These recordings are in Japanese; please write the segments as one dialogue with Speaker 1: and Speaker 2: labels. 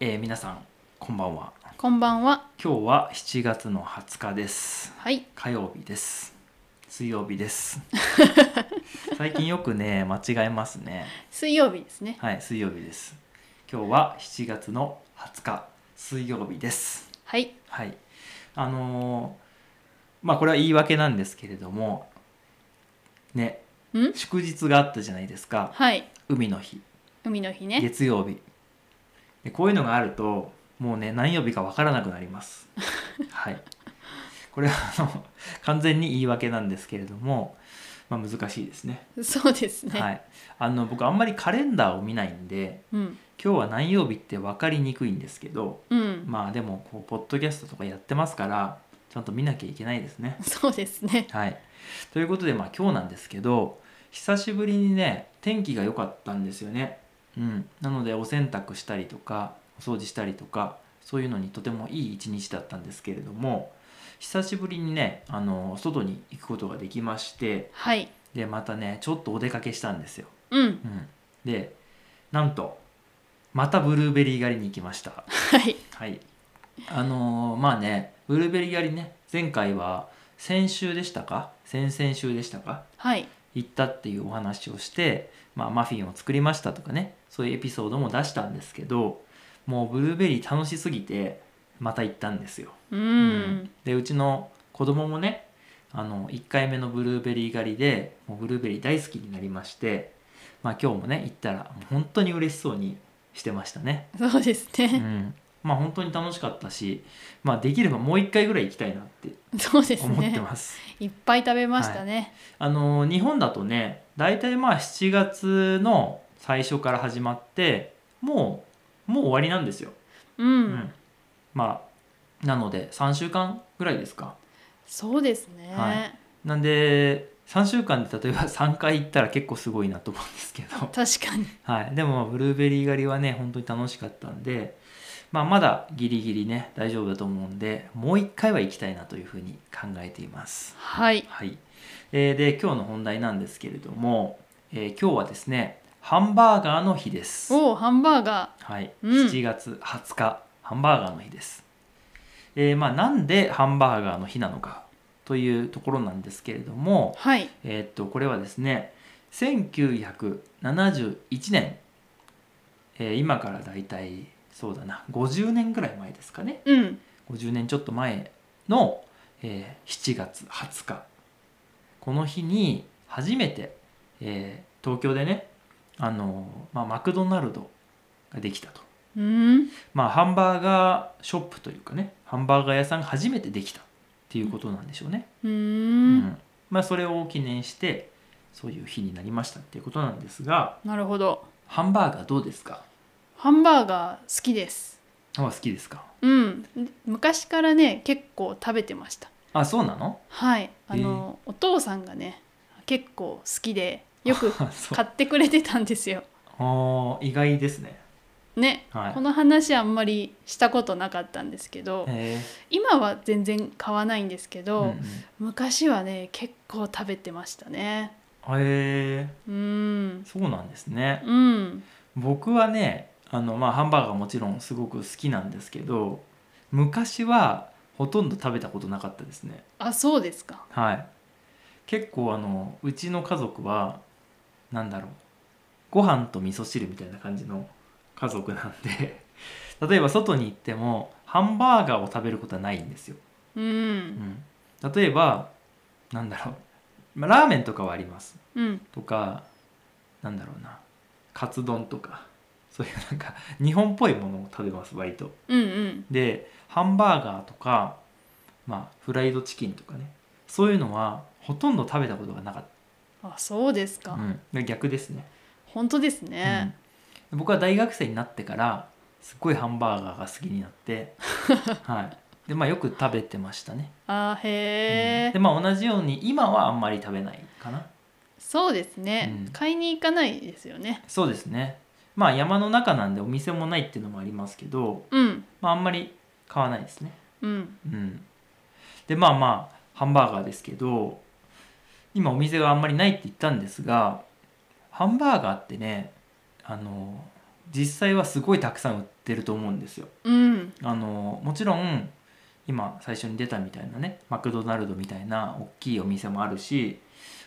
Speaker 1: 皆さんこんばんは
Speaker 2: こんばんは。
Speaker 1: 今日は7月の20日です
Speaker 2: はい。
Speaker 1: 火曜日です水曜日です最近よくね間違えますね
Speaker 2: 水曜日ですね。
Speaker 1: はい水曜日です今日は7月の20日水曜日です
Speaker 2: はい。
Speaker 1: はいあのーまあこれは言い訳なんですけれどもね
Speaker 2: ん？
Speaker 1: 祝日があったじゃないですか
Speaker 2: はい。
Speaker 1: 海の日
Speaker 2: 海の日ね。
Speaker 1: 月曜日でこういうのがあるともうね何曜日かわからなくなります はいこれはあの完全に言い訳なんですけれども、まあ、難しいですね
Speaker 2: そうですね。
Speaker 1: はいあの僕あんまりカレンダーを見ないんで
Speaker 2: うん。
Speaker 1: 今日は何曜日って分かりにくいんですけど
Speaker 2: うん。
Speaker 1: まあでもこうポッドキャストとかやってますからちゃんと見なきゃいけないですね
Speaker 2: そうですね。
Speaker 1: はいということでまあ今日なんですけど久しぶりにね天気が良かったんですよねうんなのでお洗濯したりとかお掃除したりとかそういうのにとてもいい一日だったんですけれども久しぶりにねあの外に行くことができまして
Speaker 2: はい。
Speaker 1: でまたねちょっとお出かけしたんですよ、
Speaker 2: うん。
Speaker 1: うん、でなんとまたブルーベリー狩りに行きました
Speaker 2: はい。
Speaker 1: はい。あのーまあね、ブルーベリー狩りね、前回は先週でしたか先々週でしたか
Speaker 2: はい。
Speaker 1: 行ったっていうお話をして、まあ、マフィンを作りましたとかね、そういうエピソードも出したんですけど、もうブルーベリー楽しすぎて、また行ったんですよ。
Speaker 2: う。
Speaker 1: うんで、うちの子供もね、あの、1回目のブルーベリー狩りで、もうブルーベリー大好きになりまして、まあ今日もね、行ったら、本当に嬉しそうにしてましたね。
Speaker 2: そうです
Speaker 1: う
Speaker 2: ね。
Speaker 1: ん、 まあ本当に楽しかったし、まあ、できればもう一回ぐらい行きたいなって
Speaker 2: そうです
Speaker 1: 思って
Speaker 2: ね。
Speaker 1: ます。
Speaker 2: いっぱい食べましたね。
Speaker 1: あの日本だとね大体まあ7月の最初から始まってもうもう終わりなんですよ。
Speaker 2: う。
Speaker 1: うんん、まあなので3週間ぐらいですか。
Speaker 2: そうです
Speaker 1: は
Speaker 2: ね。
Speaker 1: なんで3週間で例えば3回行ったら結構すごいなと思うんですけど。
Speaker 2: 確かに。
Speaker 1: はい、でもブルーベリー狩りはね本当に楽しかったんで、まあ、まだギリギリね大丈夫だと思うんでもう一回は行きたいなというふうに考えています、
Speaker 2: はい。
Speaker 1: はいえーで今日の本題なんですけれども、えー今日はですねハンバーガーの日です、
Speaker 2: おお、ハンバーガ
Speaker 1: はい
Speaker 2: うん
Speaker 1: 7月20日ハンバーガーの日です、えーまあ、なんでハンバーガーの日なのかというところなんですけれども、
Speaker 2: ー。はい。
Speaker 1: えーっとこれはですね1971年、えー今からだいたいそうだな50年ぐらい前ですかね
Speaker 2: うん。
Speaker 1: 50年ちょっと前の、えー7月20日この日に初めて、えー東京でねあの、まあ、マクドナルドができたと、
Speaker 2: うん。
Speaker 1: まあ、ハンバーガーショップというかねハンバーガー屋さんが初めてできたっていうことなんでしょうね。
Speaker 2: う。
Speaker 1: うんんまあ、それを記念してそういう日になりましたっていうことなんですが
Speaker 2: なるほど。
Speaker 1: ハンバーガーどうですか
Speaker 2: ハンバーガー好きです。
Speaker 1: あ好きですか
Speaker 2: うん。昔からね、結構食べてました。
Speaker 1: あそうなの
Speaker 2: はい、あの、お父さんがね結構好き でよく
Speaker 1: あそう
Speaker 2: 買ってくれてたんですよ。
Speaker 1: あー意外ですね
Speaker 2: ね、
Speaker 1: はい
Speaker 2: この話あんまりしたことなかったんですけど
Speaker 1: へ
Speaker 2: 今は全然買わないんですけ
Speaker 1: え
Speaker 2: ど、
Speaker 1: うんうん
Speaker 2: 昔はね結構食べてましたね。
Speaker 1: へえ
Speaker 2: うん、
Speaker 1: そうなんですね
Speaker 2: うん、
Speaker 1: 僕はねあの、まあ、ハンバーガーもちろんすごく好きなんですけど昔はほとんど食べたことなかったですね
Speaker 2: あそうですか。
Speaker 1: はい結構あのうちの家族はなんだろうご飯と味噌汁みたいな感じの家族なんで 例えば外に行ってもハンバーガーを食べることはないんですよ、
Speaker 2: う、
Speaker 1: うんん、例えばなんだろう、まあ、ラーメンとかはあります
Speaker 2: うん、
Speaker 1: とかなんだろうなカツ丼とかそういうなんか日本っぽいものを食べます割と
Speaker 2: うん、うん、
Speaker 1: でハンバーガーとか、まあ、フライドチキンとかねそういうのはほとんど食べたことがなかっ
Speaker 2: あそうです
Speaker 1: た、
Speaker 2: か。
Speaker 1: うんで逆ですね、
Speaker 2: 本当ですね。
Speaker 1: うん僕は大学生になってからすっごいハンバーガーが好きになってはいでまあよく食べてましたね、
Speaker 2: あへえ、
Speaker 1: うんでまあ同じように今はあんまり食べないかな
Speaker 2: そうですね、
Speaker 1: うん
Speaker 2: 買いに行かないですよね。
Speaker 1: そうですねまあ山の中なんでお店もないっていうのもありますけど、
Speaker 2: うん、
Speaker 1: まあ、あんまり買わないですね
Speaker 2: うん、
Speaker 1: うん、でまあまあハンバーガーですけど今お店があんまりないって言ったんですがハンバーガーってねあの実際はすごいたくさん売ってると思うんですよ。
Speaker 2: うん
Speaker 1: あのもちろん今最初に出たみたいなねマクドナルドみたいな大きいお店もあるし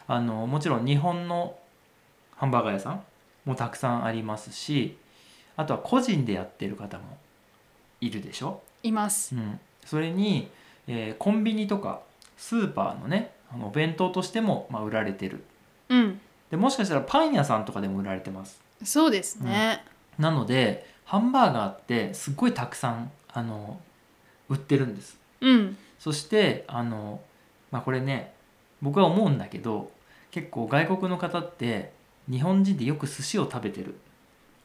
Speaker 1: あのもちろん日本のハンバーガー屋さんもたくさんありますしあとは個人でやってる方もいるでしょ、
Speaker 2: います
Speaker 1: うん、それに、えーコンビニとかスーパーのねあのお弁当としても、まあ、売られてる
Speaker 2: うん
Speaker 1: でもしかしたらパン屋さんとかでも売られてます
Speaker 2: そうですね、
Speaker 1: なのでハンバーガーってすっごいたくさんあの売ってるんです
Speaker 2: うん、
Speaker 1: そしてあの、まあ、これね僕は思うんだけど結構外国の方って日本人でよく寿司を食べてる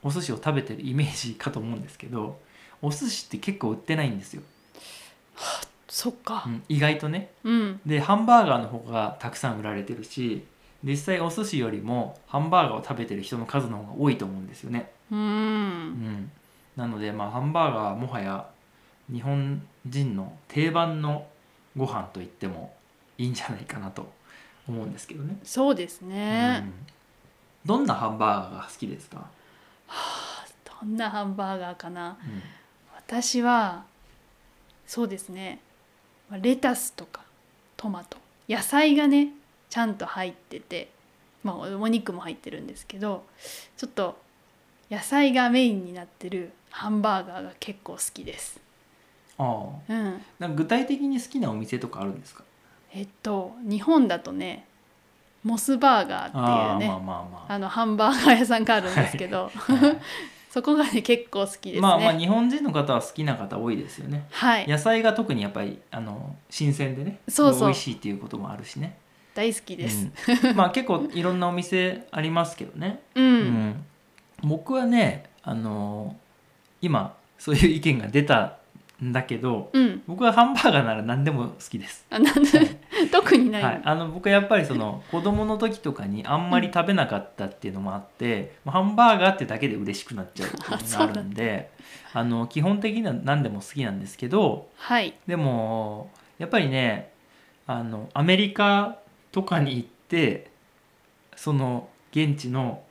Speaker 1: お寿司を食べてるイメージかと思うんですけどお寿司って結構売ってないんですよ、
Speaker 2: そっか
Speaker 1: うん意外とね
Speaker 2: うん
Speaker 1: でハンバーガーの方がたくさん売られてるし実際お寿司よりもハンバーガーを食べてる人の数の方が多いと思うんですよね
Speaker 2: う
Speaker 1: うんん、なのでまあハンバーガーはもはや日本人の定番のご飯と言ってもいいんじゃないかなと思うんですけどね、
Speaker 2: そうです
Speaker 1: う
Speaker 2: ね、
Speaker 1: んどんなハンバーガーが好きですか、
Speaker 2: どんなハンバーガーかな
Speaker 1: うん
Speaker 2: 私はそうですねまあレタスとかトマト野菜がねちゃんと入っててまあお肉も入ってるんですけどちょっと野菜がメインになってるハンバーガーが結構好きです。
Speaker 1: ああ
Speaker 2: うん、
Speaker 1: なんか具体的に好きなお店とかあるんですか
Speaker 2: えっと日本だとねモスバーガー
Speaker 1: ああ
Speaker 2: っていう
Speaker 1: ま
Speaker 2: ね
Speaker 1: あまあま
Speaker 2: あ のハンバーガー屋さんがあるんですけど、
Speaker 1: あ、はい
Speaker 2: そこがね結構好きですね。
Speaker 1: まあまあ日本人の方は好きな方多いですよね
Speaker 2: はい、
Speaker 1: 野菜が特にやっぱりあの新鮮でね
Speaker 2: そうそう
Speaker 1: 美味しいっていうこともあるしね
Speaker 2: 大好きです。
Speaker 1: うんまあ結構いろんなお店ありますけどね
Speaker 2: うん、
Speaker 1: うん、僕はね、あのー今そういう意見が出たんだけど
Speaker 2: うん、
Speaker 1: 僕はハンバーガーなら何でも好きです。
Speaker 2: あなんで特にない、
Speaker 1: はい、あの僕はやっぱりその子供の時とかにあんまり食べなかったっていうのもあって、もうハンバーガーってだけで嬉しくなっちゃうっていう のがあるんであの基本的には何でも好きなんですけど
Speaker 2: はい。
Speaker 1: でもやっぱりねあのアメリカとかに行ってその現地の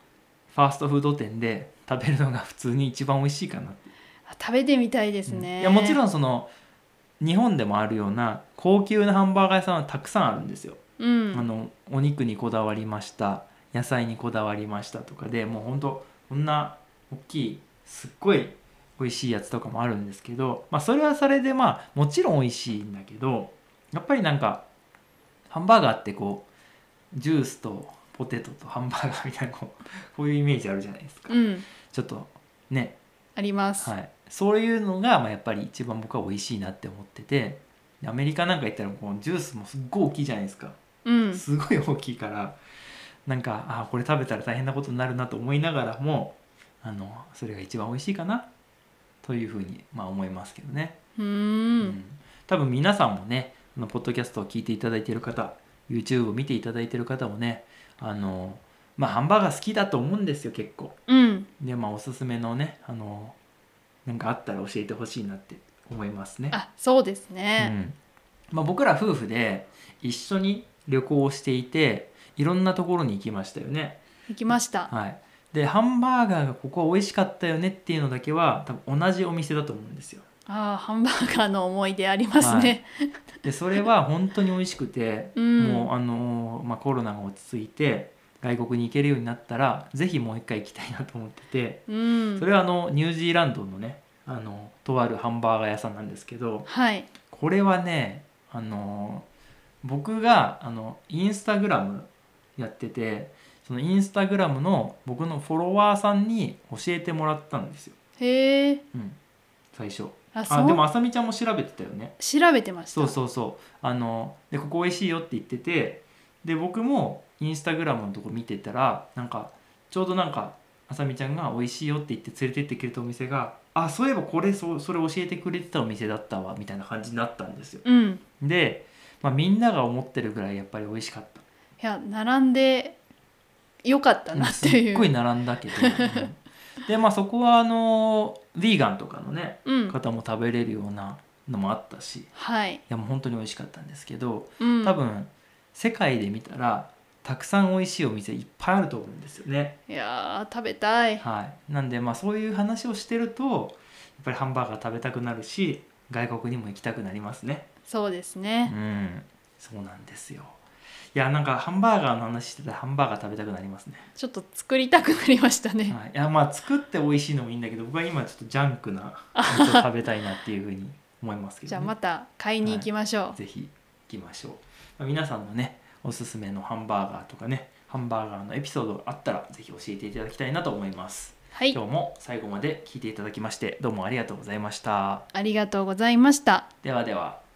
Speaker 1: ファーストフード店で食べるのが普通に一番美味しいかなって
Speaker 2: あ食べてみたいです
Speaker 1: うん
Speaker 2: ね。
Speaker 1: いやもちろ
Speaker 2: ん。
Speaker 1: んその日本でもあるような高級なハンバーガー屋さんはたくさんあるんですよ。
Speaker 2: うん。
Speaker 1: あのお肉にこだわりました野菜にこだわりましたとかでもうほんとこんな大きいすっごい美味しいやつとかもあるんですけど、まあ、それはそれでまあもちろん美味しいんだけどやっぱりなんかハンバーガーってこうジュースとポテトとハンバーガーみたいなこうこういうイメージあるじゃないですか、
Speaker 2: うん。
Speaker 1: ちょっとね
Speaker 2: あります。
Speaker 1: はい、そういうのがまあやっぱり一番僕は美味しいなって思っててでアメリカなんか行ったらこうジュースもすっごい大きいじゃないですか
Speaker 2: うん。
Speaker 1: すごい大きいからなんかあこれ食べたら大変なことになるなと思いながらもあのそれが一番美味しいかなというふうに、まあ、思いますけどね、
Speaker 2: う。
Speaker 1: うん多分皆さんもねこのポッドキャストを聞いていただいている方 YouTube を見ていただいている方もねあのまあハンバーガー好きだと思うんですよ結構
Speaker 2: うん。
Speaker 1: でまあおすすめのねあのなんかあったら教えてほしいなって思いますね
Speaker 2: あ、そうです
Speaker 1: う
Speaker 2: ね。
Speaker 1: んまあ、僕ら夫婦で一緒に旅行をしていていろんなところに行きましたよね。
Speaker 2: 行きました。
Speaker 1: はい、でハンバーガーがここは美味しかったよねっていうのだけは多分同じお店だと思うんですよ。
Speaker 2: あー、ハンバーガーの思い出ありますね。
Speaker 1: でそれは本当に美味しくて、
Speaker 2: うん
Speaker 1: もうあのーまあ、コロナが落ち着いて外国に行けるようになったらぜひもう一回行きたいなと思ってて
Speaker 2: うん。
Speaker 1: それはあのニュージーランドのねあのとあるハンバーガー屋さんなんですけど、
Speaker 2: はい。
Speaker 1: これはねあの僕があのインスタグラムやっててそのインスタグラムの僕のフォロワーさんに教えてもらったんですよ、
Speaker 2: へえ。
Speaker 1: うん、最初
Speaker 2: あ、そ
Speaker 1: あでも
Speaker 2: う。
Speaker 1: あさみちゃんも調べてたよね
Speaker 2: 調べてました。
Speaker 1: そうそうそうあのでここ美味しいよって言っててで僕もインスタグラムのとこ見てたらなんかちょうどなんかあさみちゃんが美味しいよって言って連れてってくれたお店があそういえばこれそそれ教えてくれてたお店だったわみたいな感じになったんですよ
Speaker 2: う。ん。
Speaker 1: で、まあ、みんなが思ってるぐらいやっぱり美味しかった
Speaker 2: いや、並んで。よかったなっ
Speaker 1: す
Speaker 2: て
Speaker 1: っ
Speaker 2: い。
Speaker 1: ごいう並んだけど、うんでまあそこはあのヴィーガンとかのね
Speaker 2: うん。
Speaker 1: 方も食べれるようなのもあったしい
Speaker 2: はい。
Speaker 1: やもう本当に美味しかったんですけど
Speaker 2: うん。
Speaker 1: 多。分世界で見たらたくさん美味しいお店いっぱいあると思うんですよね。
Speaker 2: いやー食べたい
Speaker 1: はい、なんでまあそういう話をしてるとやっぱりハンバーガー食べたくなるし外国にも行きたくなりますね。
Speaker 2: そうです
Speaker 1: う
Speaker 2: ね、
Speaker 1: ん、そうなんですよ。いやなんかハンバーガーの話してたらハンバーガー食べたくなりますね。
Speaker 2: ちょっと作りたくなりましたね、
Speaker 1: はい、いやまあ作って美味しいのもいいんだけど僕は今ちょっとジャンク なやつを食べたいなっていうふうに思いますけ
Speaker 2: じゃ
Speaker 1: ど、
Speaker 2: あ
Speaker 1: ね、
Speaker 2: また買いに行きましょう、
Speaker 1: ぜひ行きましょう、まあ皆さんのねおすすめのハンバーガーとかねハンバーガーのエピソードがあったらぜひ教えていただきたいなと思います
Speaker 2: はい
Speaker 1: 今日も最後まで聞いていただきましてどうもありがとうございました
Speaker 2: ありがとうございました
Speaker 1: ではでは